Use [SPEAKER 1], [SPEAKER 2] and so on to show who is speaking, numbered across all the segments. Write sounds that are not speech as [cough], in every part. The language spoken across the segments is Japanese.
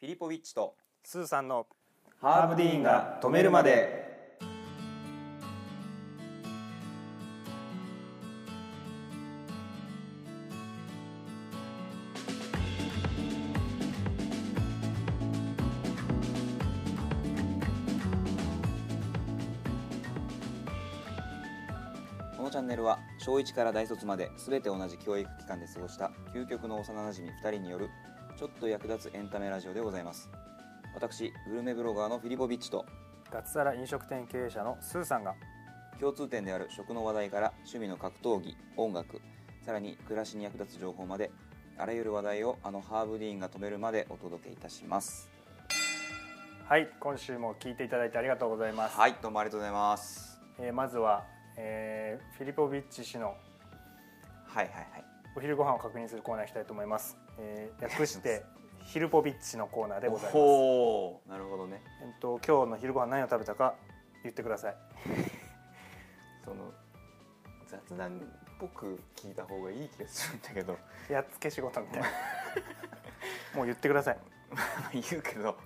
[SPEAKER 1] フィリポウィッチと
[SPEAKER 2] スーさんの
[SPEAKER 1] ハーブディーンが止めるまでこのチャンネルは小1から大卒まで全て同じ教育機関で過ごした究極の幼なじみ2人によるちょっと役立つエンタメラジオでございます私グルメブロガーのフィリポビッチと
[SPEAKER 2] 脱サラ飲食店経営者のスーさんが
[SPEAKER 1] 共通点である食の話題から趣味の格闘技音楽さらに暮らしに役立つ情報まであらゆる話題をあのハーブディーンが止めるまでお届けいたします
[SPEAKER 2] はい今週も聞いていただいてありがとうございます、
[SPEAKER 1] はいどうもありがとうございます
[SPEAKER 2] えーまずは、えーフィリポビッチ氏の
[SPEAKER 1] はいはいはい
[SPEAKER 2] お昼ご飯を確認するコーナー行きたいと思います、えー
[SPEAKER 1] [laughs]
[SPEAKER 2] 略してヒルポビッチのコーナーでございます、え
[SPEAKER 1] ほうなるほどね
[SPEAKER 2] っと今日の昼ご飯何を食べたか言ってください
[SPEAKER 1] その雑談っぽく聞いた方がいい気がするんだけど
[SPEAKER 2] やっつけ仕事みたいなもう言ってください
[SPEAKER 1] [laughs] 言うけど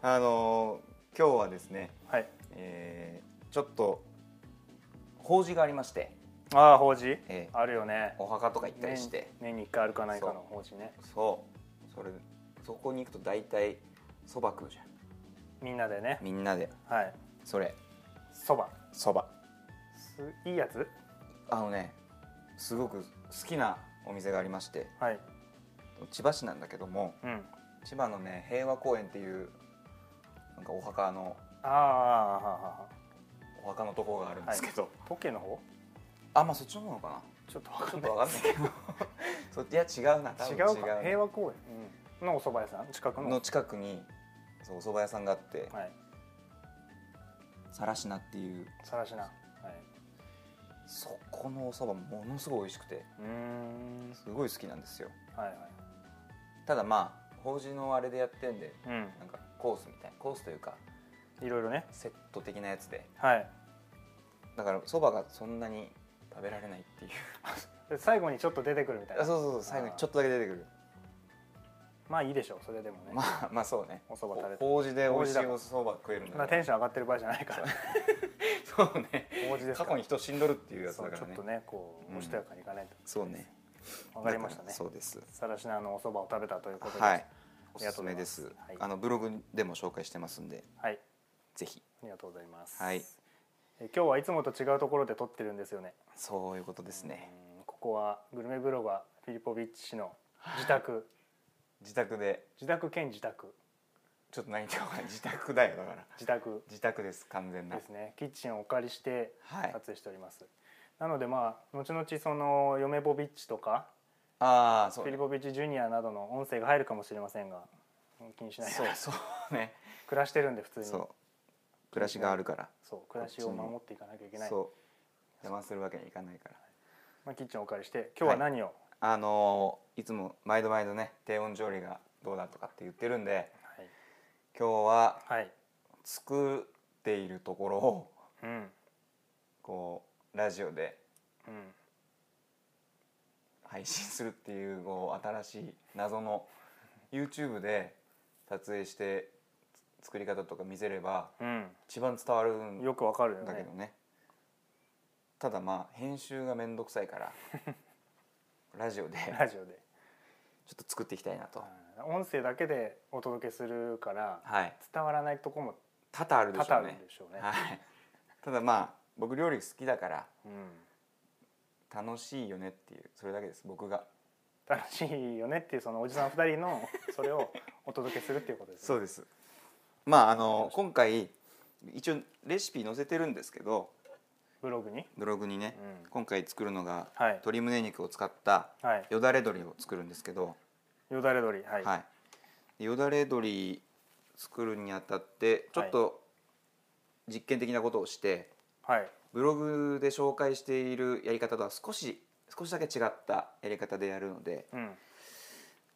[SPEAKER 1] あの今日はですね、
[SPEAKER 2] はい
[SPEAKER 1] えーちょっと法事がありまして、
[SPEAKER 2] ああ法事、
[SPEAKER 1] えー
[SPEAKER 2] あるよね
[SPEAKER 1] お墓とか行ったりして
[SPEAKER 2] 年年に1回あるかないかの法事ね
[SPEAKER 1] そうそれそこに行くと大体そば食うじゃん
[SPEAKER 2] みんなでね
[SPEAKER 1] みんなで
[SPEAKER 2] はい
[SPEAKER 1] それ
[SPEAKER 2] そば
[SPEAKER 1] そば
[SPEAKER 2] すいいやつ
[SPEAKER 1] あのねすごく好きなお店がありまして
[SPEAKER 2] はい
[SPEAKER 1] 千葉市なんだけども
[SPEAKER 2] うん
[SPEAKER 1] 千葉のね平和公園っていうなんかお墓の
[SPEAKER 2] あーあーあーあ
[SPEAKER 1] お墓のとこがあるんですけど、
[SPEAKER 2] ーポッケの方
[SPEAKER 1] あまあそっちの方なのかな
[SPEAKER 2] ちょっとわ
[SPEAKER 1] ちょっ
[SPEAKER 2] かんな
[SPEAKER 1] とわかんないけ [laughs] どそっちいや違うな多分
[SPEAKER 2] い違
[SPEAKER 1] 違
[SPEAKER 2] う
[SPEAKER 1] う
[SPEAKER 2] か平和公園うんのお蕎麦屋さん近くの
[SPEAKER 1] の近くにそうお蕎麦屋さんがあって
[SPEAKER 2] はい
[SPEAKER 1] さらしなっていう
[SPEAKER 2] さらしなはい
[SPEAKER 1] そこのお蕎麦ものすごい美味しくて
[SPEAKER 2] うーん
[SPEAKER 1] すごい好きなんですよ
[SPEAKER 2] はいはい
[SPEAKER 1] ただまあ法事のあれでやってんでな
[SPEAKER 2] うん
[SPEAKER 1] かコースみたいなコースというか
[SPEAKER 2] んいろいろね
[SPEAKER 1] セット的なやつで
[SPEAKER 2] はい
[SPEAKER 1] だからそばがそんなに食べられないっていう
[SPEAKER 2] で最後にちょっと出てくるみたい
[SPEAKER 1] あ
[SPEAKER 2] な
[SPEAKER 1] そうそうそう最後にちょっとだけ出てくる
[SPEAKER 2] まあいいでしょうそれでもね、
[SPEAKER 1] まあまあそうね
[SPEAKER 2] お蕎麦食べて
[SPEAKER 1] 法事で美味しい
[SPEAKER 2] 法
[SPEAKER 1] おそば食えるん
[SPEAKER 2] ま
[SPEAKER 1] だ
[SPEAKER 2] あテ
[SPEAKER 1] ね
[SPEAKER 2] ンション上がってる場合じゃないから
[SPEAKER 1] そうね
[SPEAKER 2] 法事ですか
[SPEAKER 1] 過
[SPEAKER 2] ら
[SPEAKER 1] 去に人死んどるっていうやつ
[SPEAKER 2] そ
[SPEAKER 1] だ
[SPEAKER 2] う
[SPEAKER 1] か
[SPEAKER 2] ちょ
[SPEAKER 1] ら
[SPEAKER 2] っ
[SPEAKER 1] ね
[SPEAKER 2] とねこ
[SPEAKER 1] う
[SPEAKER 2] うんおしとやかにいかない
[SPEAKER 1] そうね
[SPEAKER 2] とわかりました
[SPEAKER 1] だ
[SPEAKER 2] ね
[SPEAKER 1] らそうです
[SPEAKER 2] さらしなのお蕎麦を食べたということです
[SPEAKER 1] はいお
[SPEAKER 2] ありが
[SPEAKER 1] すす
[SPEAKER 2] とうござ
[SPEAKER 1] め
[SPEAKER 2] い
[SPEAKER 1] で
[SPEAKER 2] ます
[SPEAKER 1] す
[SPEAKER 2] はい
[SPEAKER 1] あのブログでも紹介してますんで
[SPEAKER 2] はい
[SPEAKER 1] ぜひ
[SPEAKER 2] ありがとうございます。
[SPEAKER 1] はい
[SPEAKER 2] え今日はいつもと違うところで撮ってるんですよね。
[SPEAKER 1] そういうことですね
[SPEAKER 2] うんここはグルメブロガーフィリポビッチ氏の自
[SPEAKER 1] [laughs]
[SPEAKER 2] 宅、
[SPEAKER 1] 自宅で
[SPEAKER 2] 自宅兼自宅、
[SPEAKER 1] ちょっと何言ってるか分かんない自宅だよだから
[SPEAKER 2] 自宅
[SPEAKER 1] 自宅です完全な
[SPEAKER 2] ですね。キッチンをお借りして
[SPEAKER 1] はい
[SPEAKER 2] 撮影しております。なのでまあ後々その嫁ボビッチとか、
[SPEAKER 1] ああそう
[SPEAKER 2] フィ
[SPEAKER 1] ね
[SPEAKER 2] リポビッチジュニアなどの音声が入るかもしれませんが、気にしないで
[SPEAKER 1] そうそうね
[SPEAKER 2] 暮らしてるんで普通に。
[SPEAKER 1] そう暮らしがあるから
[SPEAKER 2] そう暮らしを守っていかなきゃいけない。
[SPEAKER 1] そう邪魔するわけにいかないから
[SPEAKER 2] まあキッチンをお借りして今日は何を、
[SPEAKER 1] あのーいつも毎度毎度ね低温調理がどうだとかって言ってるんで今日は
[SPEAKER 2] はい、はい、
[SPEAKER 1] 作っているところを
[SPEAKER 2] うん
[SPEAKER 1] こうラジオで
[SPEAKER 2] うん。
[SPEAKER 1] 配信するっていうこう新しい謎の YouTube で撮影してつ作り方とか見せれば
[SPEAKER 2] う
[SPEAKER 1] 一番伝わる
[SPEAKER 2] ん、
[SPEAKER 1] ん
[SPEAKER 2] よくわかるよね
[SPEAKER 1] だけどねただまあ編集が面倒くさい
[SPEAKER 2] [laughs]
[SPEAKER 1] からラジオで
[SPEAKER 2] ラジオで
[SPEAKER 1] ちょっと作っていきたいなと
[SPEAKER 2] 音声だけでお届けするから
[SPEAKER 1] はい
[SPEAKER 2] 伝わらないとこも
[SPEAKER 1] 多々あるで
[SPEAKER 2] 多
[SPEAKER 1] しょ
[SPEAKER 2] 々あ
[SPEAKER 1] う
[SPEAKER 2] るん
[SPEAKER 1] ね
[SPEAKER 2] でしょうね、
[SPEAKER 1] はいただまあ僕料理好きだから
[SPEAKER 2] うん、
[SPEAKER 1] 楽しいよねっていうそれだけです僕が
[SPEAKER 2] 楽しいよねっていうそのおじさん二
[SPEAKER 1] [laughs]
[SPEAKER 2] 人のそれをお届けするっていうことですね
[SPEAKER 1] そうですまああの今回一応レシピ載せてるんですけど
[SPEAKER 2] ブログに
[SPEAKER 1] ブログにね、
[SPEAKER 2] うん
[SPEAKER 1] 今回作るのが
[SPEAKER 2] はい
[SPEAKER 1] 鶏胸肉を使った
[SPEAKER 2] はい
[SPEAKER 1] よだれ鶏を作るんですけど、
[SPEAKER 2] よだれ鶏はい、
[SPEAKER 1] はいでよだれ鶏作るにあたってちょっと実験的なことをして、
[SPEAKER 2] はい
[SPEAKER 1] ブログで紹介しているやり方とは少し少しだけ違ったやり方でやるので
[SPEAKER 2] うん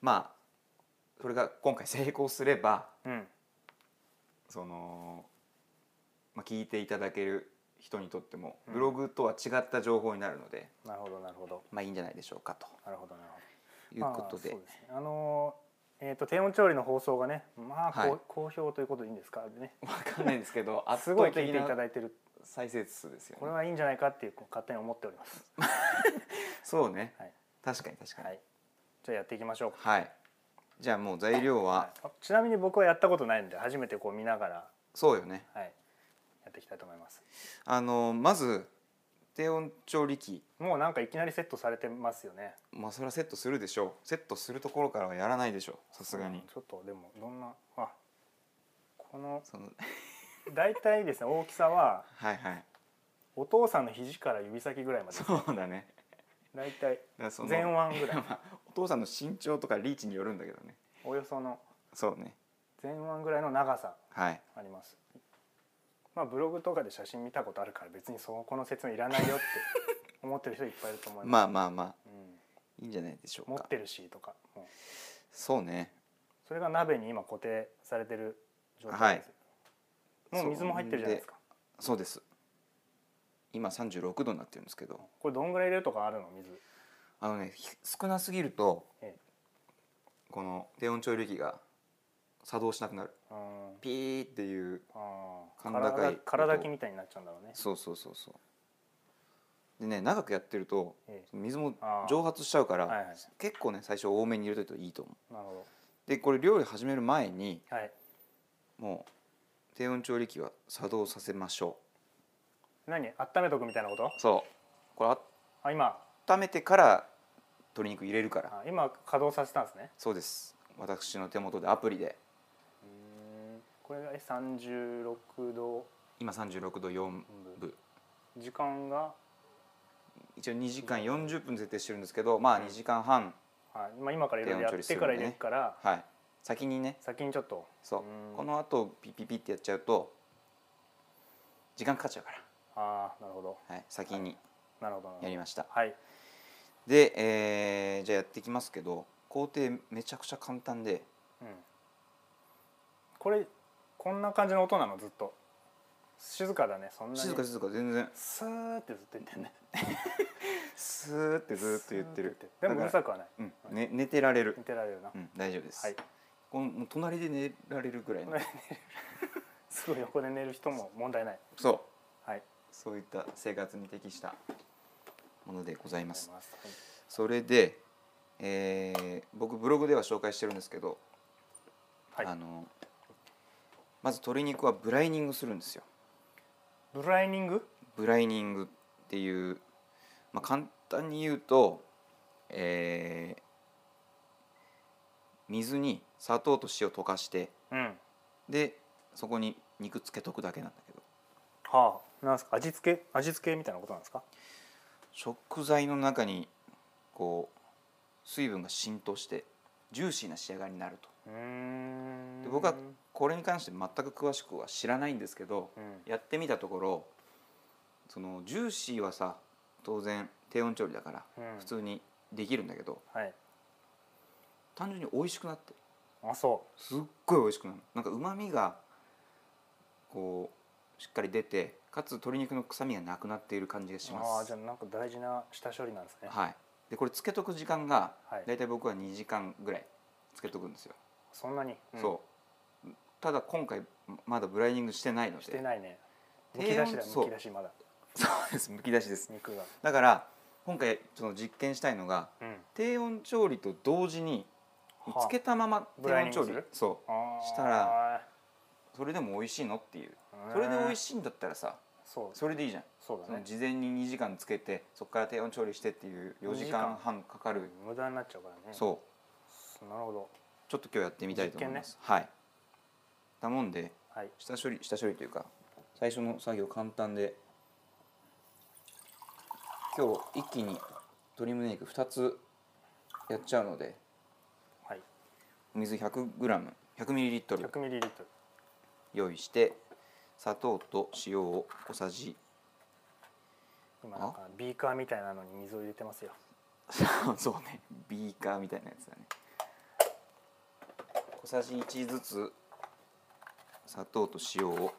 [SPEAKER 1] まあそれが今回成功すれば
[SPEAKER 2] うん
[SPEAKER 1] その、まあ、聞いていただける人にとっても
[SPEAKER 2] うん
[SPEAKER 1] ブログとは違った情報になるので、
[SPEAKER 2] なるほどなるほど
[SPEAKER 1] まあいいんじゃないでしょうかと
[SPEAKER 2] なるほどなるほど
[SPEAKER 1] いうことで,、
[SPEAKER 2] まあそうですねあのーえっ、と低温調理の放送がね、まあ、こう
[SPEAKER 1] はい
[SPEAKER 2] 好評ということでいいんですかね。
[SPEAKER 1] わかんないですけど
[SPEAKER 2] [laughs] す
[SPEAKER 1] 圧
[SPEAKER 2] ごい
[SPEAKER 1] 倒
[SPEAKER 2] 聞い
[SPEAKER 1] 的
[SPEAKER 2] ていた
[SPEAKER 1] な
[SPEAKER 2] だいてる。
[SPEAKER 1] 再生数ですよね
[SPEAKER 2] これはいいんじゃないかっていう勝手に思っております。
[SPEAKER 1] そうね、
[SPEAKER 2] はい
[SPEAKER 1] 確かに確かに
[SPEAKER 2] はい。じゃあやっていきましょうか。
[SPEAKER 1] はい、じゃあもう材料は
[SPEAKER 2] はいあちなみに僕はやったことないんで初めてこう見ながら、
[SPEAKER 1] そうよね
[SPEAKER 2] はい、やっていきたいと思います。
[SPEAKER 1] あのまず低温調理器
[SPEAKER 2] もうなんかいきなりセットされてますよね。
[SPEAKER 1] まあそれはセットするでしょうセットするところからはやらないでしょうさすがに、
[SPEAKER 2] うんちょっとでもどんなあこの
[SPEAKER 1] その
[SPEAKER 2] 大体ですね大きさは
[SPEAKER 1] はいはい
[SPEAKER 2] お父さんの肘から指先ぐらいまで
[SPEAKER 1] そうだね
[SPEAKER 2] 大
[SPEAKER 1] だ
[SPEAKER 2] 体
[SPEAKER 1] からその
[SPEAKER 2] 前腕ぐら
[SPEAKER 1] [laughs]
[SPEAKER 2] い
[SPEAKER 1] まあお父さんの身長とかリーチによるんだけどね
[SPEAKER 2] およその
[SPEAKER 1] そうね
[SPEAKER 2] 前腕ぐらいの長さ
[SPEAKER 1] はい
[SPEAKER 2] ありますまあブログとかで写真見たことあるから別にそこの説明いらないよって思ってる人いっぱいいると思いま
[SPEAKER 1] まあまあ [laughs] まあ
[SPEAKER 2] す、う
[SPEAKER 1] いいんじゃないでしょ
[SPEAKER 2] ん、
[SPEAKER 1] う
[SPEAKER 2] 持
[SPEAKER 1] か
[SPEAKER 2] ってるしとかもう
[SPEAKER 1] そうね
[SPEAKER 2] それが鍋に今固定されてる状態です、
[SPEAKER 1] はい
[SPEAKER 2] もう水も入ってるじゃないですか
[SPEAKER 1] そうです今36度になってるんですけど
[SPEAKER 2] これどんぐらい入れるとかあるの水
[SPEAKER 1] あのねひ少なすぎると
[SPEAKER 2] ええ
[SPEAKER 1] この低温調理器が作動しなくなる
[SPEAKER 2] うん
[SPEAKER 1] ピーっていう
[SPEAKER 2] ああ
[SPEAKER 1] 甲高い
[SPEAKER 2] 体
[SPEAKER 1] 音
[SPEAKER 2] 体きみたいになっちゃうんだろうね、
[SPEAKER 1] そうそうそうそうでね長くやってると
[SPEAKER 2] え
[SPEAKER 1] 水も
[SPEAKER 2] あー
[SPEAKER 1] 蒸発しちゃうか
[SPEAKER 2] は
[SPEAKER 1] ら
[SPEAKER 2] いはい
[SPEAKER 1] 結構ね最初多めに入れといたらいいと思
[SPEAKER 2] え、なるほ
[SPEAKER 1] うでこれ料理始める前に
[SPEAKER 2] どはい
[SPEAKER 1] もう低温調理器は作動させましょ
[SPEAKER 2] 何温めとくみたいなこと
[SPEAKER 1] うそうこれ
[SPEAKER 2] あ今
[SPEAKER 1] 温めてから鶏肉入れるから
[SPEAKER 2] あ今稼働させたんですね
[SPEAKER 1] そうです私の手元でアプリで
[SPEAKER 2] これがえ36度
[SPEAKER 1] 今36度4分
[SPEAKER 2] 時間が、
[SPEAKER 1] 一応2時間40分設定してるんですけどまあ2時間半
[SPEAKER 2] はいまあ、今からいろいろや
[SPEAKER 1] 低温調
[SPEAKER 2] っ
[SPEAKER 1] 理す
[SPEAKER 2] て
[SPEAKER 1] るん
[SPEAKER 2] か
[SPEAKER 1] で
[SPEAKER 2] ら
[SPEAKER 1] ね
[SPEAKER 2] 入れるから、
[SPEAKER 1] はい先にね
[SPEAKER 2] 先にちょっと
[SPEAKER 1] そう
[SPEAKER 2] うん
[SPEAKER 1] この後ピッピッピッってやっちゃうと時間かかっちゃうか
[SPEAKER 2] ああなるほど
[SPEAKER 1] ら、はい、先に
[SPEAKER 2] なるほどなるほど
[SPEAKER 1] やりました
[SPEAKER 2] はい
[SPEAKER 1] で、えーじゃあやっていきますけど工程めちゃくちゃ簡単で
[SPEAKER 2] うんこれこんな感じの音なのずっと静かだねそんなに
[SPEAKER 1] 静か静か全然
[SPEAKER 2] スーってずっと言ってんね
[SPEAKER 1] スーってずーっと言ってる
[SPEAKER 2] スーでもうる
[SPEAKER 1] だか
[SPEAKER 2] さくはない
[SPEAKER 1] らうんね、寝てられる
[SPEAKER 2] 見、てられるな、
[SPEAKER 1] うん、大丈夫です、
[SPEAKER 2] はい [laughs]
[SPEAKER 1] このもう隣で寝られるぐらいの
[SPEAKER 2] 隣すぐ横で寝る人も問題ない
[SPEAKER 1] そう
[SPEAKER 2] はい
[SPEAKER 1] そういった生活に適したものでございます
[SPEAKER 2] あります
[SPEAKER 1] それで、えー僕ブログでは紹介してるんですけど、
[SPEAKER 2] はい、
[SPEAKER 1] あのまず鶏肉はブライニングするんですよ
[SPEAKER 2] ブライニング
[SPEAKER 1] ブライニングっていう、まあ、簡単に言うと、えー水に砂糖と塩溶かして
[SPEAKER 2] うんは
[SPEAKER 1] でそこに肉つけとくだけなんだけど
[SPEAKER 2] あなんですか味付け味付けみたいなことなんですか
[SPEAKER 1] 食材の中にこう水分が浸透してジューシーな仕上がりになると
[SPEAKER 2] うーん
[SPEAKER 1] で僕はこれに関して全く詳しくは知らないんですけど
[SPEAKER 2] うん
[SPEAKER 1] やってみたところそのジューシーはさ当然低温調理だから
[SPEAKER 2] うん
[SPEAKER 1] 普通にできるんだけど、
[SPEAKER 2] はい
[SPEAKER 1] 単純に美味しくなって
[SPEAKER 2] あそ
[SPEAKER 1] すっごい美味しくなるなんかうまみがこうしっかり出てかつ鶏肉の臭みがなくなっている感じがし
[SPEAKER 2] う
[SPEAKER 1] ま
[SPEAKER 2] ああ
[SPEAKER 1] す
[SPEAKER 2] じゃあなんか大事な下処理なんですね
[SPEAKER 1] はいでこれつけとく時間が
[SPEAKER 2] はい
[SPEAKER 1] 大体僕は2時間ぐらいつけとくんですよ、
[SPEAKER 2] そんなに、うん
[SPEAKER 1] そうただ今回まだブライニングしてないので
[SPEAKER 2] してないねむき
[SPEAKER 1] 低
[SPEAKER 2] 出
[SPEAKER 1] 温
[SPEAKER 2] しだ
[SPEAKER 1] そう
[SPEAKER 2] むき出しまだ
[SPEAKER 1] そうですむき出しです
[SPEAKER 2] 肉が
[SPEAKER 1] だから今回その実験したいのが
[SPEAKER 2] うん
[SPEAKER 1] 低温調理と同時に
[SPEAKER 2] はあ
[SPEAKER 1] つけたまま低
[SPEAKER 2] ブライニ
[SPEAKER 1] 温調
[SPEAKER 2] ングす
[SPEAKER 1] 理
[SPEAKER 2] る
[SPEAKER 1] そ
[SPEAKER 2] ああ
[SPEAKER 1] したらうそれでも美味しいのっていうそれで美味
[SPEAKER 2] い
[SPEAKER 1] しいんだったらさ
[SPEAKER 2] そう
[SPEAKER 1] それでいいじゃん
[SPEAKER 2] そう
[SPEAKER 1] そ
[SPEAKER 2] だ
[SPEAKER 1] の
[SPEAKER 2] ね
[SPEAKER 1] 事前に2時間つけてそこから低温調理してっていう4時間半かかる
[SPEAKER 2] 無駄になっちゃうからね
[SPEAKER 1] そう
[SPEAKER 2] なるほど
[SPEAKER 1] うちょっと今日やってみたいと思います、はいだもんで
[SPEAKER 2] はい
[SPEAKER 1] 下処理下処理というか最初の作業簡単で今日一気に鶏胸肉2つやっちゃうので
[SPEAKER 2] はい
[SPEAKER 1] お水 100g100ml
[SPEAKER 2] 100ミリリットル
[SPEAKER 1] 用意して砂糖と塩を小さじ [laughs]
[SPEAKER 2] 今なんかビーカーみたいなのに水を入れてますよ
[SPEAKER 1] そうねビーカーみたいなやつだね小さじ1ずつ砂糖と塩を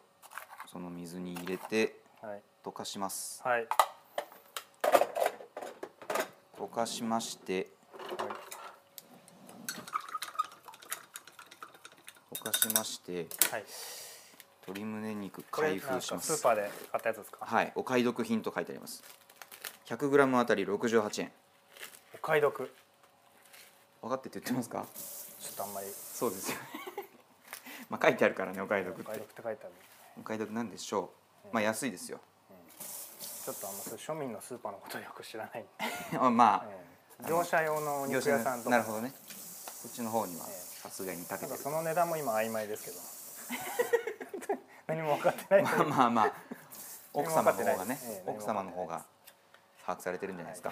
[SPEAKER 1] その水に入れて
[SPEAKER 2] はい
[SPEAKER 1] 溶かします
[SPEAKER 2] はい
[SPEAKER 1] 溶かしまして
[SPEAKER 2] はい
[SPEAKER 1] 化しまして
[SPEAKER 2] はい、
[SPEAKER 1] 鶏胸肉
[SPEAKER 2] これ
[SPEAKER 1] 開
[SPEAKER 2] な
[SPEAKER 1] 封
[SPEAKER 2] んか
[SPEAKER 1] しま
[SPEAKER 2] スー
[SPEAKER 1] す
[SPEAKER 2] パーで買ったやつですか、
[SPEAKER 1] はいお買い得品と書いてあります 100g あたり68円
[SPEAKER 2] お買い得
[SPEAKER 1] 分かってって言ってますか
[SPEAKER 2] ちょっとあんまり
[SPEAKER 1] そうですよね [laughs] まあ書いてあるからねお買い得っ
[SPEAKER 2] お買い
[SPEAKER 1] て
[SPEAKER 2] 得って書いてある
[SPEAKER 1] お買い得なんでしょうまあ安いですよ [laughs]
[SPEAKER 2] ちょっとあんまそう庶民のスーパーのことよく知らない、
[SPEAKER 1] あまあ
[SPEAKER 2] ええ業者用のお
[SPEAKER 1] 業
[SPEAKER 2] 肉
[SPEAKER 1] 者
[SPEAKER 2] 屋さんとか
[SPEAKER 1] なるほどねこっちの方には
[SPEAKER 2] ええ
[SPEAKER 1] さすがにたけ
[SPEAKER 2] な
[SPEAKER 1] て
[SPEAKER 2] んか
[SPEAKER 1] る
[SPEAKER 2] その値段も今曖昧ですけど [laughs] 何も分かってない
[SPEAKER 1] まあまあ
[SPEAKER 2] [laughs]
[SPEAKER 1] まあ奥様の方がね
[SPEAKER 2] ええ
[SPEAKER 1] 奥様の方が把握されてるんじゃないですか、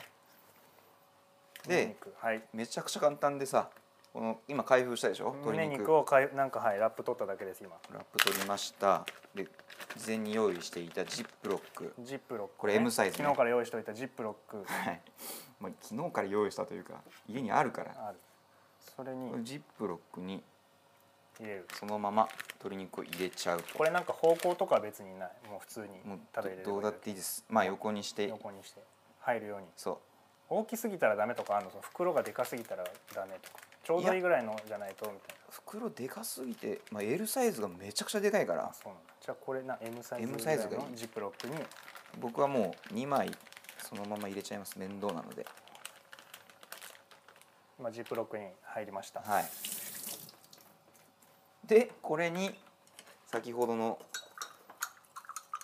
[SPEAKER 2] 胸
[SPEAKER 1] で
[SPEAKER 2] 肉はい
[SPEAKER 1] めちゃくちゃ簡単でさこの今開封したでしょ鶏
[SPEAKER 2] 胸
[SPEAKER 1] 肉
[SPEAKER 2] 肉をかいなんかはいラップ取っただけです今
[SPEAKER 1] ラップ取りましたで事前に用意していたジップロック
[SPEAKER 2] ジップロックね、
[SPEAKER 1] これ M サイズね
[SPEAKER 2] 昨日から用意しておいたジップロック
[SPEAKER 1] はいまあ昨日から用意したというか家にあるから
[SPEAKER 2] あるそれに
[SPEAKER 1] これジップロックに
[SPEAKER 2] 入れる
[SPEAKER 1] そのまま鶏肉を入れちゃう
[SPEAKER 2] これなんか方向とかは別にないもう普通に
[SPEAKER 1] もう
[SPEAKER 2] 食べれる
[SPEAKER 1] どどうだっていいですまあ横にして
[SPEAKER 2] 横にして入るように
[SPEAKER 1] そ
[SPEAKER 2] 大きすぎたらダメとかあるのその袋がでかすぎたらダメとかちょうどいいぐらいのじゃないとみたいう
[SPEAKER 1] 袋でかすぎて、まあ、L サイズがめちゃくちゃでかいか
[SPEAKER 2] なあ
[SPEAKER 1] ら
[SPEAKER 2] そうなんだじゃあこれな M サイズ
[SPEAKER 1] M
[SPEAKER 2] ぐ
[SPEAKER 1] サ
[SPEAKER 2] ら
[SPEAKER 1] イ
[SPEAKER 2] い
[SPEAKER 1] ズがいい
[SPEAKER 2] のジップロックに
[SPEAKER 1] 僕はもう2枚そのまま入れちゃいます面倒なので
[SPEAKER 2] まあ、ジップロックに入りました、
[SPEAKER 1] はいでこれに先ほどの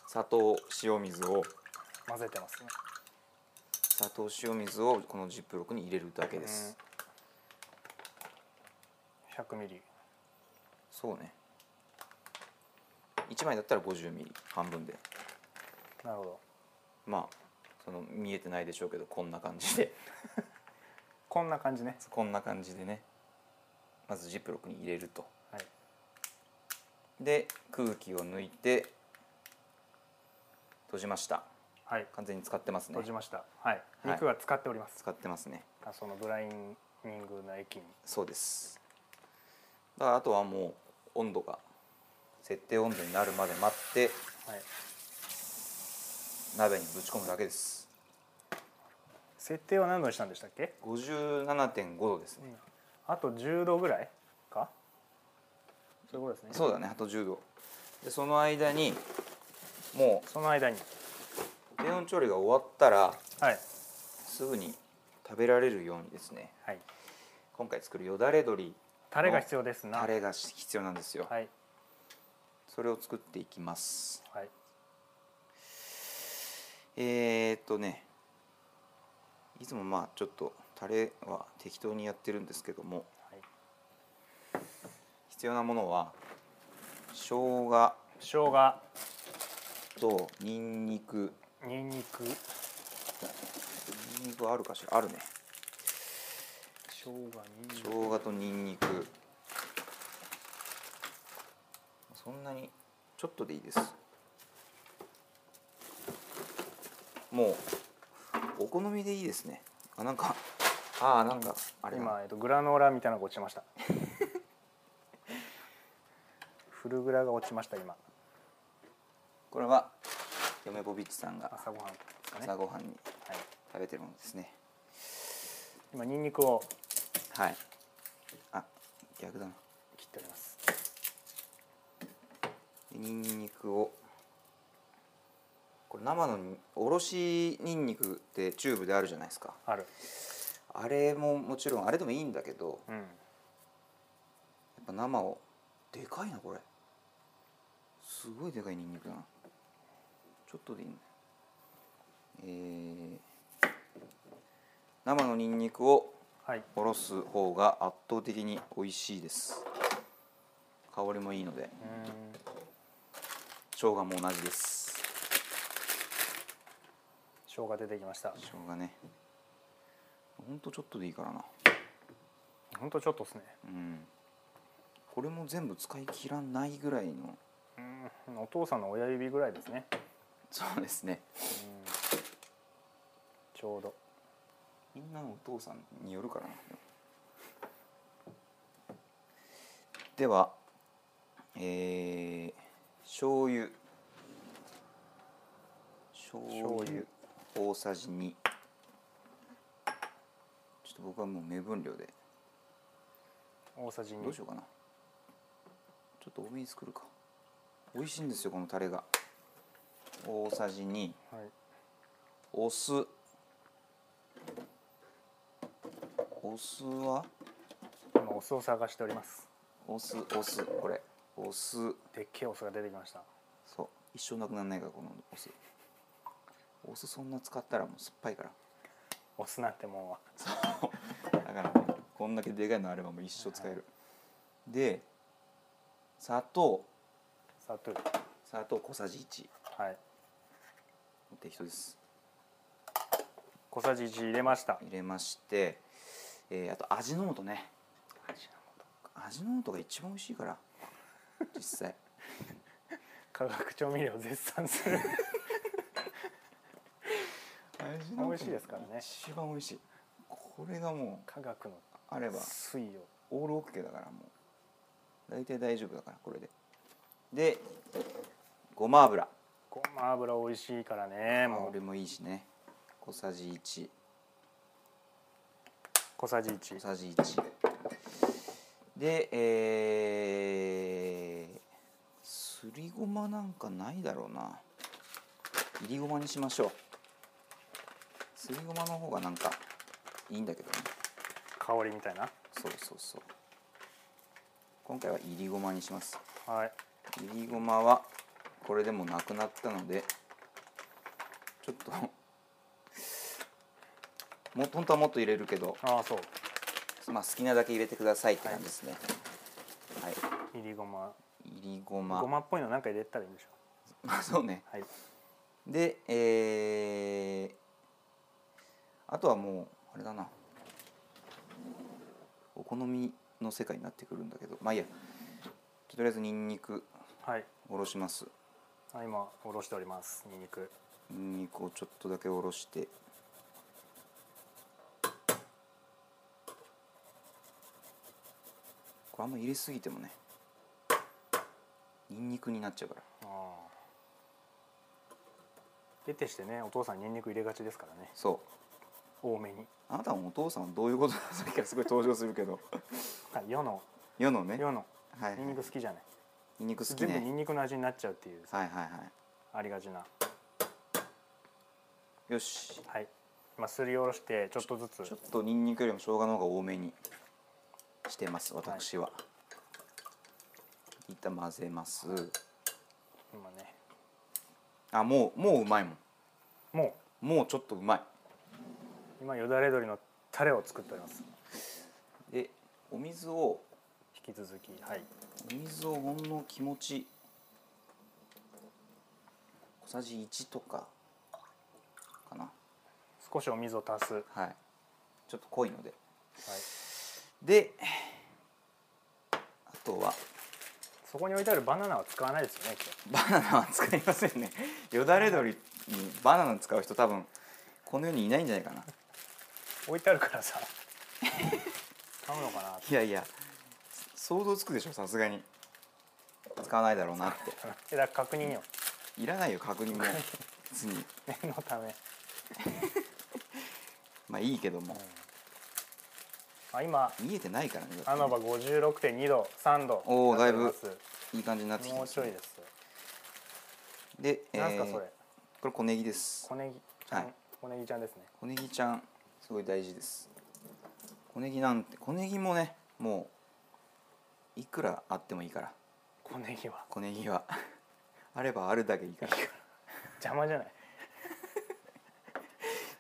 [SPEAKER 1] 砂糖塩水を
[SPEAKER 2] 混ぜてますね
[SPEAKER 1] 砂糖塩水をこのジップロックに入れるだけです、
[SPEAKER 2] うん100ミリ
[SPEAKER 1] そうね1枚だったら 50ml 半分で
[SPEAKER 2] なるほど
[SPEAKER 1] まあその見えてないでしょうけどこんな感じで [laughs]
[SPEAKER 2] こんな感じね
[SPEAKER 1] こんな感じでねまずジップロックに入れると
[SPEAKER 2] はい
[SPEAKER 1] で空気を抜いて閉じました
[SPEAKER 2] はい
[SPEAKER 1] 完全に使ってますね
[SPEAKER 2] 閉じましたは
[SPEAKER 1] は
[SPEAKER 2] い
[SPEAKER 1] い
[SPEAKER 2] 肉は使っております、
[SPEAKER 1] 使ってますね
[SPEAKER 2] あそのブラインニングの液に
[SPEAKER 1] そうですだからあとはもう温度が設定温度になるまで待って
[SPEAKER 2] はい
[SPEAKER 1] 鍋にぶち込むだけです
[SPEAKER 2] 設定は何度にしたんでしたっけ、
[SPEAKER 1] 57.5度ですね
[SPEAKER 2] あと10度ぐらいかそういうことですね
[SPEAKER 1] そうだねあと10度でその間にも
[SPEAKER 2] その間に
[SPEAKER 1] う低温調理が終わったら
[SPEAKER 2] はい
[SPEAKER 1] すぐに食べられるようにですね
[SPEAKER 2] はい
[SPEAKER 1] 今回作るよだれ鶏
[SPEAKER 2] タレが必要ですな
[SPEAKER 1] タレが必要なんですよ、
[SPEAKER 2] はい
[SPEAKER 1] それを作っていきます
[SPEAKER 2] はい
[SPEAKER 1] えー、っとねいつもまあちょっとタレは適当にやってるんですけども
[SPEAKER 2] はい
[SPEAKER 1] 必要なものは生姜
[SPEAKER 2] 生姜
[SPEAKER 1] とニンニク
[SPEAKER 2] ニンニク
[SPEAKER 1] ニンニクあるかしらあるね
[SPEAKER 2] 生姜ニンニク
[SPEAKER 1] 生姜とニンニクそんなにちょっとでいいですもうお好みでいいですねあなんかあーなんかあれだ
[SPEAKER 2] 今、えっと、グラノーラみたいなのが落ち
[SPEAKER 1] [laughs]
[SPEAKER 2] ましたフルグラが落ちました今
[SPEAKER 1] これは嫁ボビッチさんが
[SPEAKER 2] 朝ごはんですかね、
[SPEAKER 1] 朝
[SPEAKER 2] はい、
[SPEAKER 1] ごはんに食べてるものですね
[SPEAKER 2] 今ニンニクを
[SPEAKER 1] はいあ逆だな
[SPEAKER 2] 切っております
[SPEAKER 1] でニンニクをこれ生のにおろしニンニクってチューブであるじゃないですか
[SPEAKER 2] ある
[SPEAKER 1] あれももちろんあれでもいいんだけど
[SPEAKER 2] うん
[SPEAKER 1] やっぱ生をでかいなこれすごいでかいニンニクだなちょっとでいいんだえー生のニンニクを
[SPEAKER 2] はい
[SPEAKER 1] おろす方が圧倒的に美味しいです香りもいいので
[SPEAKER 2] うーん
[SPEAKER 1] 生姜も同じです
[SPEAKER 2] 生姜出てきました
[SPEAKER 1] 生姜ねほんとちょっとでいいからな
[SPEAKER 2] ほんとちょっとですね
[SPEAKER 1] うんこれも全部使い切らないぐらいの
[SPEAKER 2] うんお父さんの親指ぐらいですね
[SPEAKER 1] そうですね
[SPEAKER 2] うんちょうど
[SPEAKER 1] みんなのお父さんによるからなではえー、醤油醤
[SPEAKER 2] 醤
[SPEAKER 1] 油
[SPEAKER 2] 油
[SPEAKER 1] 大さじ2ちょっと僕はもう目分量で
[SPEAKER 2] 大さじ2
[SPEAKER 1] どうしようかなちょっと多めに作るか美味しいんですよこのタレが大さじ2
[SPEAKER 2] はい
[SPEAKER 1] お酢お酢は
[SPEAKER 2] 今お酢を探しております
[SPEAKER 1] お酢お酢これお酢
[SPEAKER 2] でっけえお酢が出てきました
[SPEAKER 1] そう一生なくならないからこのお酢お酢そんな使ったらもう酸っぱいから
[SPEAKER 2] お酢なんても
[SPEAKER 1] だからねこんだけでかいのあればもう一生使えるで砂糖
[SPEAKER 2] う砂糖
[SPEAKER 1] 砂糖小さじ1
[SPEAKER 2] はい
[SPEAKER 1] 適当です
[SPEAKER 2] 小さじ1入れました
[SPEAKER 1] 入れまして、えーあと味の素ね味の素が一番美味しいから実際
[SPEAKER 2] 化学調味料絶賛する
[SPEAKER 1] [laughs] 味
[SPEAKER 2] の素美味しいですからね
[SPEAKER 1] 一番美味しいこれがも
[SPEAKER 2] 化学の
[SPEAKER 1] うあれば
[SPEAKER 2] 水を
[SPEAKER 1] オールオッケーだからもう大体大丈夫だからこれででごま油
[SPEAKER 2] ごま油美味しいからね
[SPEAKER 1] こ
[SPEAKER 2] も
[SPEAKER 1] れ
[SPEAKER 2] う
[SPEAKER 1] もいいしね小さじ1
[SPEAKER 2] 小さじ
[SPEAKER 1] 小
[SPEAKER 2] 1
[SPEAKER 1] さじ1でえー、すりごまなんかないだろうないりごまにしましょうすりごまの方がなんかいいんだけどね
[SPEAKER 2] 香りみたいな
[SPEAKER 1] そうそうそう今回はいりごまにします
[SPEAKER 2] はい
[SPEAKER 1] いりごまはこれでもなくなったのでちょっと [laughs] も本当はもっと入れるけど
[SPEAKER 2] ああそう
[SPEAKER 1] まあ好きなだけ入れてくださいって感じですねはい、
[SPEAKER 2] いりごま
[SPEAKER 1] いりごま
[SPEAKER 2] ごまっぽいのなんか入れたらいいんでしょ
[SPEAKER 1] まあ [laughs] そうね
[SPEAKER 2] はい
[SPEAKER 1] でえー、あとはもうあれだなお好みの世界になってくるんだけどまあいいやとりあえずにんにく
[SPEAKER 2] はい
[SPEAKER 1] おろします
[SPEAKER 2] あ今おろしておりますにんにく
[SPEAKER 1] にんにくをちょっとだけおろしてこれあんま入れすぎてもねにんにくになっちゃうから
[SPEAKER 2] ああ出てしてねお父さんにんにく入れがちですからね
[SPEAKER 1] そう
[SPEAKER 2] 多めに
[SPEAKER 1] あなたのお父さんはどういうことださっきからすごい登場するけど [laughs]
[SPEAKER 2] はい世の
[SPEAKER 1] 世のね
[SPEAKER 2] 世の
[SPEAKER 1] はいはい
[SPEAKER 2] にんにく好きじゃない
[SPEAKER 1] にんにく好き
[SPEAKER 2] 全部に
[SPEAKER 1] ね
[SPEAKER 2] んにくの味になっちゃうっていう
[SPEAKER 1] はいはいは
[SPEAKER 2] ありがちない
[SPEAKER 1] よし
[SPEAKER 2] はい今すりおろしてちょっとずつ
[SPEAKER 1] ちょっとにんにくよりも生姜の方が多めにしてます私は、一旦混ぜます
[SPEAKER 2] 今ね
[SPEAKER 1] あもうもううまいもん
[SPEAKER 2] も
[SPEAKER 1] もうちょっとうま
[SPEAKER 2] う今よだれ鶏のタレを作っております
[SPEAKER 1] いでお水を
[SPEAKER 2] 引き続きはい
[SPEAKER 1] お水をほんの気持ち小さじ1とかかな
[SPEAKER 2] 少しお水を足す、はい、
[SPEAKER 1] はいちょっと濃いのでであとは
[SPEAKER 2] そこに置いてあるバナナは使わないですよね
[SPEAKER 1] バナナは使いませんね [laughs] よだれ鶏にバナナ使う人多分この世にいないんじゃないかな
[SPEAKER 2] 今日置いてあるか
[SPEAKER 1] [laughs]
[SPEAKER 2] らさ買うのかない [laughs]
[SPEAKER 1] やいや想像つくでしょさすがに使わないだろうなって
[SPEAKER 2] えだから確認よ
[SPEAKER 1] いらないよ確認も別に
[SPEAKER 2] 念のため、
[SPEAKER 1] まあいいけども
[SPEAKER 2] あ今
[SPEAKER 1] 見えてないからねだってね
[SPEAKER 2] あのば56.2度3度
[SPEAKER 1] おーだいぶ
[SPEAKER 2] なっており
[SPEAKER 1] いい感じになってきて
[SPEAKER 2] ますも
[SPEAKER 1] ま
[SPEAKER 2] う
[SPEAKER 1] す
[SPEAKER 2] ちょい
[SPEAKER 1] ね
[SPEAKER 2] です
[SPEAKER 1] で
[SPEAKER 2] なんすか
[SPEAKER 1] えー
[SPEAKER 2] それ
[SPEAKER 1] これ小ネギです
[SPEAKER 2] 小ネギちゃん、
[SPEAKER 1] はい
[SPEAKER 2] 小ネギちゃんですね
[SPEAKER 1] 小ネギちゃんすごい大事です小ネギなんて小ネギもねもういくらあってもいいから
[SPEAKER 2] 小ネギは
[SPEAKER 1] 小ネギは [laughs] あればあるだけいいから
[SPEAKER 2] 邪魔じゃない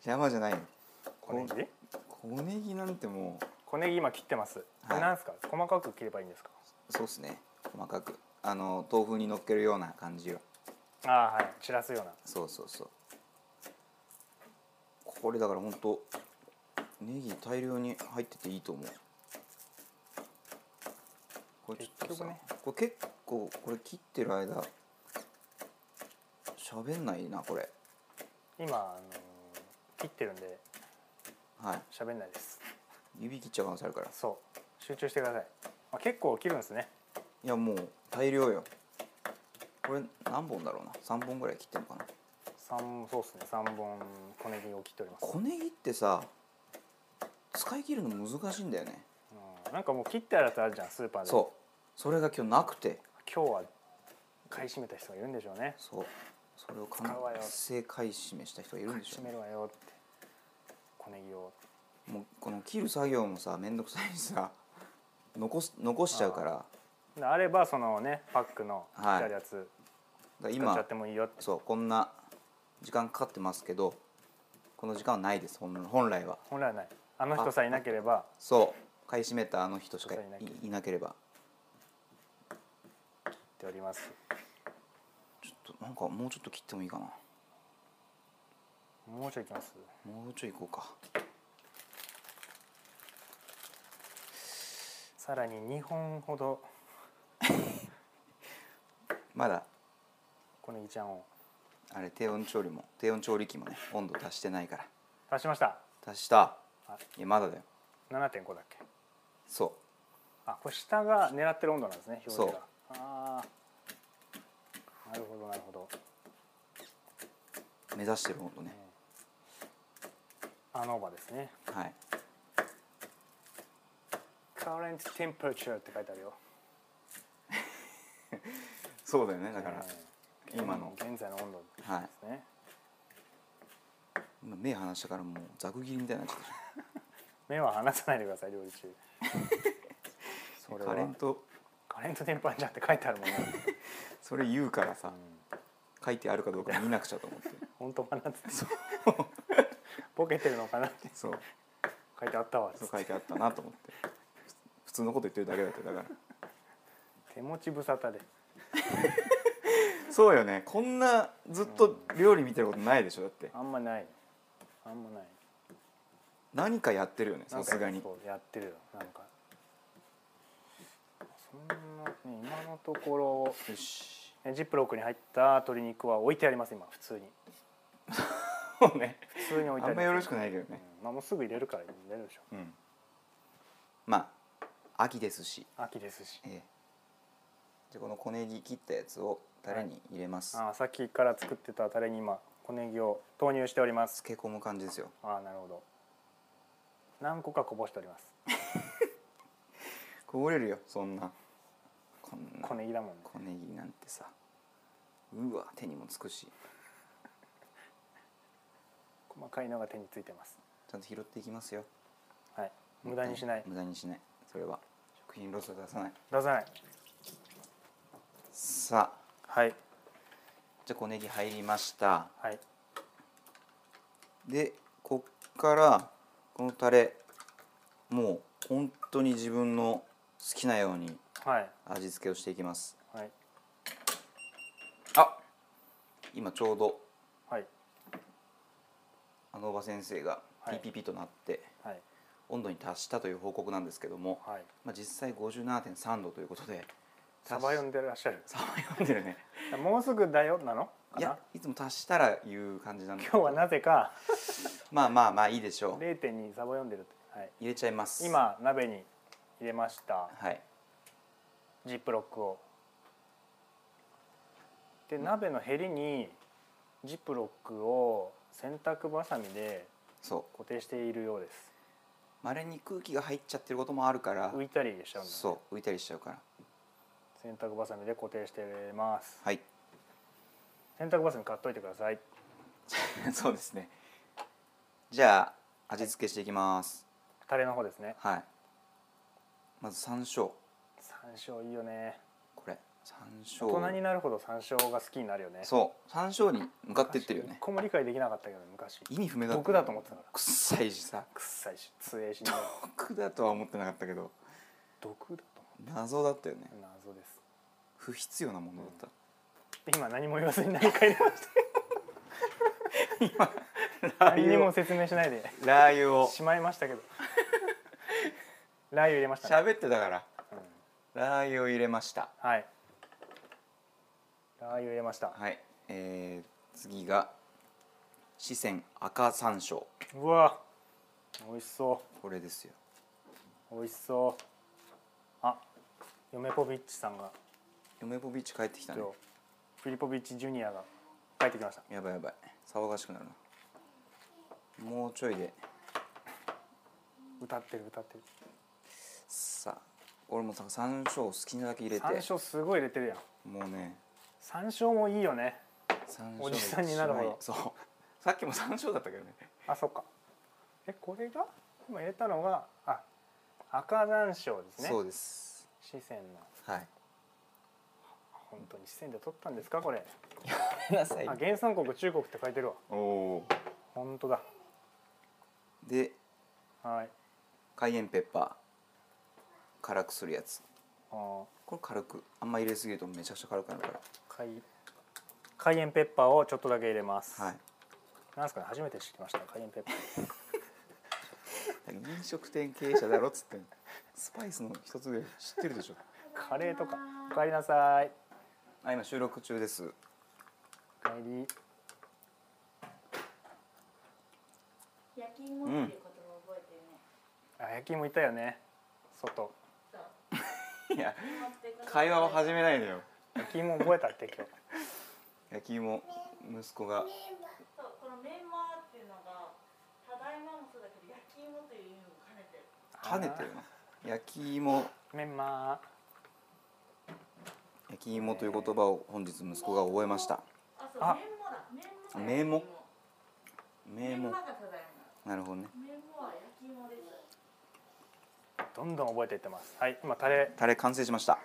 [SPEAKER 1] 邪魔じゃないよ
[SPEAKER 2] 小ネギ
[SPEAKER 1] 小ネギなんても
[SPEAKER 2] 小ネギ今切ってます、こ
[SPEAKER 1] は
[SPEAKER 2] れ
[SPEAKER 1] い
[SPEAKER 2] なんですか細かく切ればいいんですか
[SPEAKER 1] うそうっすね細かくあの豆腐にのっけるような感じよ
[SPEAKER 2] ああはい散らすような
[SPEAKER 1] そうそうそうこれだからほんとネギ大量に入ってていいと思うこれちょっとさ、
[SPEAKER 2] 結局ね
[SPEAKER 1] これ結構これ切ってる間喋んないなこれ
[SPEAKER 2] 今、あのー切ってるんで
[SPEAKER 1] はい
[SPEAKER 2] 喋んないです
[SPEAKER 1] 指切っちゃう可能性あるから
[SPEAKER 2] そう集中してください、まあ、結構切るんですね
[SPEAKER 1] いやもう大量よこれ何本だろうな3本ぐらい切ってんのかな
[SPEAKER 2] 三そうですね三本小ネギを切っております、
[SPEAKER 1] 小ネギってさ使い切るの難しいんだよね
[SPEAKER 2] うんなんかもう切ってあるやつあるじゃんスーパーで
[SPEAKER 1] そうそれが今日なくて
[SPEAKER 2] 今日は買い占めた人がいるんでしょうね
[SPEAKER 1] そうそれを完
[SPEAKER 2] 使うわよ
[SPEAKER 1] 成買い占めした人がいるん
[SPEAKER 2] 買い
[SPEAKER 1] でしょ
[SPEAKER 2] 占めるわよって小ネギを
[SPEAKER 1] もうこの切る作業もさ面倒くさいしさ [laughs] 残す残しちゃうからだか
[SPEAKER 2] であればそのねパックの切
[SPEAKER 1] はい
[SPEAKER 2] ってあるやつ
[SPEAKER 1] ら
[SPEAKER 2] 使っちゃ
[SPEAKER 1] 今
[SPEAKER 2] ってもいいよって
[SPEAKER 1] そうこんな時間かかってますけどこの時間はないです本本来は
[SPEAKER 2] 本来はないあの人さえいなければ
[SPEAKER 1] そう買い占めたあの人しかい
[SPEAKER 2] そういなければ
[SPEAKER 1] いなければ
[SPEAKER 2] 切っております
[SPEAKER 1] ちょっとなんかもうちょっと切ってもいいかな
[SPEAKER 2] もうちょいいきます
[SPEAKER 1] もうちょい行こうか
[SPEAKER 2] さらに2本ほど
[SPEAKER 1] まだ
[SPEAKER 2] 小ネギちゃんを
[SPEAKER 1] あれ低温調理も低温調理器もね温度足してないから
[SPEAKER 2] 出しました
[SPEAKER 1] 足した
[SPEAKER 2] あ
[SPEAKER 1] いやまだだよ
[SPEAKER 2] 7.5だっけ
[SPEAKER 1] そ
[SPEAKER 2] あこれ下が狙ってる温度なんですね表示が
[SPEAKER 1] そう
[SPEAKER 2] ああなるほどなるほど
[SPEAKER 1] う目指してる温度ね
[SPEAKER 2] アノーバですね
[SPEAKER 1] はい
[SPEAKER 2] 「Current Temperature」って書いてあるよ
[SPEAKER 1] そうだよねだから
[SPEAKER 2] うん
[SPEAKER 1] 今の
[SPEAKER 2] 現在の温度で
[SPEAKER 1] はい
[SPEAKER 2] すね
[SPEAKER 1] 今目離したからもうざく切りみたいになっちゃった
[SPEAKER 2] 目は離さないでください料理中それは
[SPEAKER 1] カレント
[SPEAKER 2] カレントテンパンジャーって書いてあるもんね、
[SPEAKER 1] それ言うから
[SPEAKER 2] う
[SPEAKER 1] さ
[SPEAKER 2] ん
[SPEAKER 1] 書いてあるかどうか見なくちゃと思って
[SPEAKER 2] 本当かなっつって [laughs] ボケてるのかなって
[SPEAKER 1] そう
[SPEAKER 2] 書いてあったわっつ
[SPEAKER 1] そう
[SPEAKER 2] っ
[SPEAKER 1] 書いてあったなと思って普通のこと言ってるだけだったよだか
[SPEAKER 2] て手持ち無沙汰で
[SPEAKER 1] らそうよねこんなずっと料理見てることないでしょだって
[SPEAKER 2] あんまないあんまない
[SPEAKER 1] 何かやってるよね
[SPEAKER 2] な
[SPEAKER 1] さ
[SPEAKER 2] んか
[SPEAKER 1] すがに
[SPEAKER 2] そうやってるよなんかそんなね今のところ
[SPEAKER 1] よし
[SPEAKER 2] ねジップロックに入った鶏肉は置いてあります今普通に
[SPEAKER 1] そうね
[SPEAKER 2] 普通に置いて
[SPEAKER 1] [laughs]
[SPEAKER 2] あ
[SPEAKER 1] あ
[SPEAKER 2] ります
[SPEAKER 1] んまよろしくないけどね
[SPEAKER 2] うんまあもうすぐ入れるから入れるでしょ
[SPEAKER 1] うんまあ秋ですし
[SPEAKER 2] 秋ですし
[SPEAKER 1] ええじゃあこの小ネギ切ったやつをタレに入れます、
[SPEAKER 2] ああさっきから作ってたタレに今小ネギを投入しております
[SPEAKER 1] 漬け込む感じですよ
[SPEAKER 2] ああなるほど何個かこぼしております
[SPEAKER 1] こぼれるよそんなこんな
[SPEAKER 2] 小ネギだもんね
[SPEAKER 1] 小ネギなんてさうわ手にもつくし
[SPEAKER 2] 細かいのが手についてます
[SPEAKER 1] ちゃんと拾っていきますよ
[SPEAKER 2] はい無駄にしない
[SPEAKER 1] 無駄にしないそれは食品ロスを出さない
[SPEAKER 2] 出さない
[SPEAKER 1] さあ
[SPEAKER 2] はい
[SPEAKER 1] じゃあ小ネギ入りました
[SPEAKER 2] はい
[SPEAKER 1] でこっからこのタレもう本当に自分の好きなように
[SPEAKER 2] はい
[SPEAKER 1] 味付けをしていきます
[SPEAKER 2] はい
[SPEAKER 1] あ今ちょうど
[SPEAKER 2] はい
[SPEAKER 1] あのおば先生が
[SPEAKER 2] はい
[SPEAKER 1] PPP となって
[SPEAKER 2] はい
[SPEAKER 1] 温度に達したという報告なんですけども、
[SPEAKER 2] はい
[SPEAKER 1] まあ、実際57.3度ということで
[SPEAKER 2] サバ読
[SPEAKER 1] ん
[SPEAKER 2] んでらっしゃる
[SPEAKER 1] サバ読んでるね
[SPEAKER 2] もうすぐだよなのか
[SPEAKER 1] い
[SPEAKER 2] な
[SPEAKER 1] やいつも足したら言う感じなんで
[SPEAKER 2] 今日はなぜか
[SPEAKER 1] まあまあまあいいでしょう
[SPEAKER 2] 0.2サバ読んでるって、はい、
[SPEAKER 1] 入れちゃいます
[SPEAKER 2] 今鍋に入れました
[SPEAKER 1] はい
[SPEAKER 2] ジップロックをで鍋のへりにジップロックを洗濯ばさみで
[SPEAKER 1] そう
[SPEAKER 2] 固定しているようです
[SPEAKER 1] まれに空気が入っちゃってることもあるから
[SPEAKER 2] 浮いたりしちゃうんだ、ね、
[SPEAKER 1] そう浮いたりしちゃうから
[SPEAKER 2] 洗濯ばさみで固定してます
[SPEAKER 1] はい [laughs]
[SPEAKER 2] 洗濯ばさみ買っといてください
[SPEAKER 1] そうですねじゃあ味付けしていきます
[SPEAKER 2] タレの方ですね
[SPEAKER 1] はいまず山椒
[SPEAKER 2] 山椒いいよね
[SPEAKER 1] これ山椒
[SPEAKER 2] 大人になるほど山椒が好きになるよね
[SPEAKER 1] そう山椒に向かってってるよ
[SPEAKER 2] 昔
[SPEAKER 1] ね
[SPEAKER 2] 一個も理解できなかったけど昔
[SPEAKER 1] 意味不明だ
[SPEAKER 2] 僕だと思ってたから
[SPEAKER 1] 臭いしさ
[SPEAKER 2] 臭いし強いしね
[SPEAKER 1] 毒だとは思ってなかったけど
[SPEAKER 2] 毒だと
[SPEAKER 1] 謎だったよね
[SPEAKER 2] 思う謎です
[SPEAKER 1] 不必要なものだった、
[SPEAKER 2] 今何も言わずに何か入れました
[SPEAKER 1] ラ
[SPEAKER 2] 何に
[SPEAKER 1] ー油
[SPEAKER 2] も
[SPEAKER 1] を
[SPEAKER 2] 説明しな
[SPEAKER 1] [laughs]
[SPEAKER 2] いで
[SPEAKER 1] ラー油を
[SPEAKER 2] しまいましたけどラー油入れましたね、
[SPEAKER 1] 喋ってたから
[SPEAKER 2] うん
[SPEAKER 1] ラー油を入れました
[SPEAKER 2] はいラー油入れました、
[SPEAKER 1] はい、えー、次が四川赤山椒
[SPEAKER 2] うわ美味しそ
[SPEAKER 1] これですよ
[SPEAKER 2] う美味しそうあ嫁ポビッチさんが
[SPEAKER 1] 嫁ポビッチ帰ってきたね
[SPEAKER 2] 今日フィリポビッチジュニアが帰ってきました
[SPEAKER 1] やばいやばい騒がしくなるなもうちょいで
[SPEAKER 2] 歌ってる歌ってる
[SPEAKER 1] さあ俺もさ山椒好きなだけ入れて
[SPEAKER 2] 山椒すごい入れてるやん
[SPEAKER 1] もうね
[SPEAKER 2] 山椒もいいよね
[SPEAKER 1] 山
[SPEAKER 2] おじさんになるほど
[SPEAKER 1] 一枚そうさっきも山椒だったけどね
[SPEAKER 2] あそっかえこれが今入れたのがあ赤山椒ですね
[SPEAKER 1] そうです
[SPEAKER 2] 四川の
[SPEAKER 1] はい
[SPEAKER 2] 本当に四川で取ったんですかこれ
[SPEAKER 1] ごめんなさ
[SPEAKER 2] あ原産国中国って書いてるわ
[SPEAKER 1] おお
[SPEAKER 2] 本当だ
[SPEAKER 1] ーで
[SPEAKER 2] はい
[SPEAKER 1] 海塩ペッパー辛くするやつ
[SPEAKER 2] あー
[SPEAKER 1] これ軽くあんま入れすぎるとめちゃくちゃ辛くなるか
[SPEAKER 2] 海海塩ペッパーをちょっとだけ入れます、
[SPEAKER 1] らはい
[SPEAKER 2] なんですかね初めて知りました海塩ペッパー
[SPEAKER 1] 飲食店経営者だろっつってんのスパイスの一つで知ってるでしょ
[SPEAKER 2] [laughs] カレーとかおかえりなさい
[SPEAKER 1] あ今収録中です
[SPEAKER 2] おかえり
[SPEAKER 3] 焼き芋っていう言葉覚えてるね。
[SPEAKER 2] あ焼き芋いたよね外
[SPEAKER 3] そう。
[SPEAKER 1] いや
[SPEAKER 3] 持ってくの
[SPEAKER 1] 会話を始めないのよ
[SPEAKER 2] 焼き芋覚えたって今日
[SPEAKER 1] 焼き芋息子が
[SPEAKER 3] そうこのメンマーっていうのがただいまもそうだけど焼き芋という意味も兼ねてる。
[SPEAKER 1] 跳ねてるの焼き芋
[SPEAKER 2] メンマ
[SPEAKER 1] 焼き芋という言葉を本日息子が覚えました
[SPEAKER 3] あそう
[SPEAKER 2] あ
[SPEAKER 3] メンモだ。メンモだ。
[SPEAKER 1] メンモ名
[SPEAKER 3] メンモ
[SPEAKER 1] 門
[SPEAKER 3] がただいま。
[SPEAKER 1] なるほどね
[SPEAKER 3] メンモは焼き芋です。
[SPEAKER 2] ーどんどん覚えていってますはい今タレ
[SPEAKER 1] タレ完成しました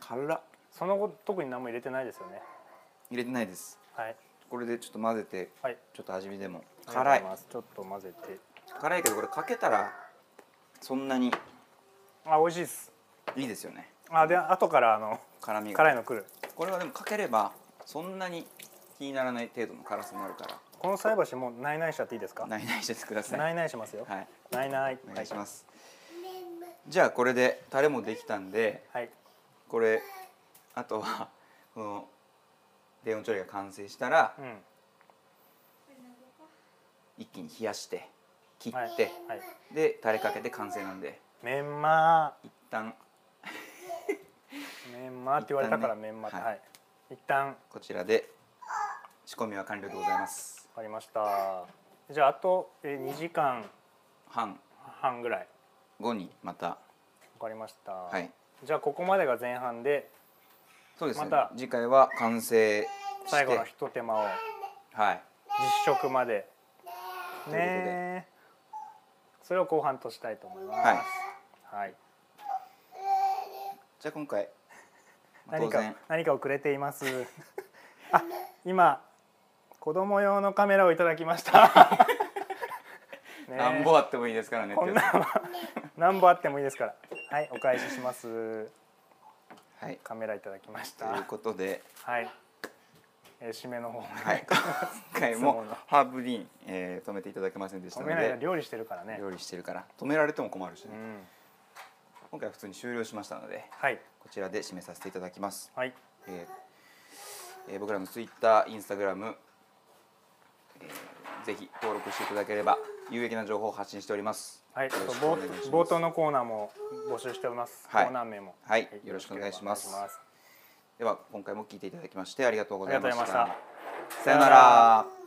[SPEAKER 1] 辛っ
[SPEAKER 2] その後特に何も入れてないですよね
[SPEAKER 1] 入れてないです
[SPEAKER 2] はい
[SPEAKER 1] これでちょっと混ぜて
[SPEAKER 2] はい
[SPEAKER 1] ちょっと味見でも
[SPEAKER 2] あ
[SPEAKER 1] 辛い
[SPEAKER 2] りがとうござますちょっと混ぜて
[SPEAKER 1] 辛いけどこれかけたらそんなに
[SPEAKER 2] あ美味しいです
[SPEAKER 1] いいですよね
[SPEAKER 2] あで後からあの
[SPEAKER 1] 辛みが
[SPEAKER 2] 辛いの来る
[SPEAKER 1] これはでもかければそんなに気にならない程度の辛さになるか
[SPEAKER 2] この菜箸もうないないしちゃっていいです
[SPEAKER 1] ら
[SPEAKER 2] か
[SPEAKER 1] ないないしてください
[SPEAKER 2] ないいないしますよ、
[SPEAKER 1] はい
[SPEAKER 2] ないない
[SPEAKER 1] お願いしますじゃあこれでタレもできたんで
[SPEAKER 2] はい
[SPEAKER 1] これあとはこの低温調理が完成したら
[SPEAKER 2] うん
[SPEAKER 1] 一気に冷やして切って、
[SPEAKER 2] はいはい
[SPEAKER 1] でタレかけて完成なんで
[SPEAKER 2] メンマ
[SPEAKER 1] 一旦
[SPEAKER 2] ーメンマーって言われたから
[SPEAKER 1] 一旦
[SPEAKER 2] メ
[SPEAKER 1] ね
[SPEAKER 2] ンマーって
[SPEAKER 1] はい
[SPEAKER 2] はい、一旦
[SPEAKER 1] こちらで仕込みは完了でございます
[SPEAKER 2] 終わりましたじゃああとえー2時間
[SPEAKER 1] 半
[SPEAKER 2] 半ぐらい
[SPEAKER 1] 後にまた
[SPEAKER 2] わかりました、
[SPEAKER 1] はい
[SPEAKER 2] じゃあここまでが前半で
[SPEAKER 1] そうですね、
[SPEAKER 2] また
[SPEAKER 1] 次回は完成して
[SPEAKER 2] 最後のひと手間を
[SPEAKER 1] はい
[SPEAKER 2] 実食まで
[SPEAKER 1] ということで
[SPEAKER 2] ねえそれを後半としたいと思います
[SPEAKER 1] はい
[SPEAKER 2] はい
[SPEAKER 1] じゃあ今回まあ当
[SPEAKER 2] 何か
[SPEAKER 1] 然
[SPEAKER 2] 何か遅れています
[SPEAKER 1] [laughs]
[SPEAKER 2] あ今子供用のカメラをいただきましたねえ
[SPEAKER 1] なんぼあってもいいですからね
[SPEAKER 2] こんな
[SPEAKER 1] ってや
[SPEAKER 2] んは何本あってもいいですからはいお返しします
[SPEAKER 1] つはい
[SPEAKER 2] カメラいただきまし
[SPEAKER 1] と
[SPEAKER 2] た
[SPEAKER 1] いうことで、
[SPEAKER 2] はい、えー、締めの方も
[SPEAKER 1] はい、今回
[SPEAKER 2] いつも
[SPEAKER 1] も
[SPEAKER 2] の
[SPEAKER 1] ハーブディーン、えー止めていただけませんでした
[SPEAKER 2] 止
[SPEAKER 1] の
[SPEAKER 2] めない
[SPEAKER 1] で
[SPEAKER 2] で料理してるからね
[SPEAKER 1] 料理してるから止められても困るしね、
[SPEAKER 2] うん
[SPEAKER 1] 今回は普通に終了しましたので
[SPEAKER 2] はい
[SPEAKER 1] こちらで締めさせていただきます、
[SPEAKER 2] はい
[SPEAKER 1] えーえー僕らのツイッターインスタグラム、えーぜひ登録していただければ有益な情報を発信しております
[SPEAKER 2] はい、
[SPEAKER 1] よろしくお
[SPEAKER 2] 冒
[SPEAKER 1] 願いします
[SPEAKER 2] 冒頭のコーナーも募集しております。
[SPEAKER 1] はい
[SPEAKER 2] コーナー名も、
[SPEAKER 1] はいよろしくお願いします
[SPEAKER 2] よろくお願いし
[SPEAKER 1] では今回も聞いていただきましてありがとうご
[SPEAKER 2] あ
[SPEAKER 1] ざ
[SPEAKER 2] り
[SPEAKER 1] い
[SPEAKER 2] がとう
[SPEAKER 1] ま
[SPEAKER 2] ござい
[SPEAKER 1] し
[SPEAKER 2] ました
[SPEAKER 1] た。さようなら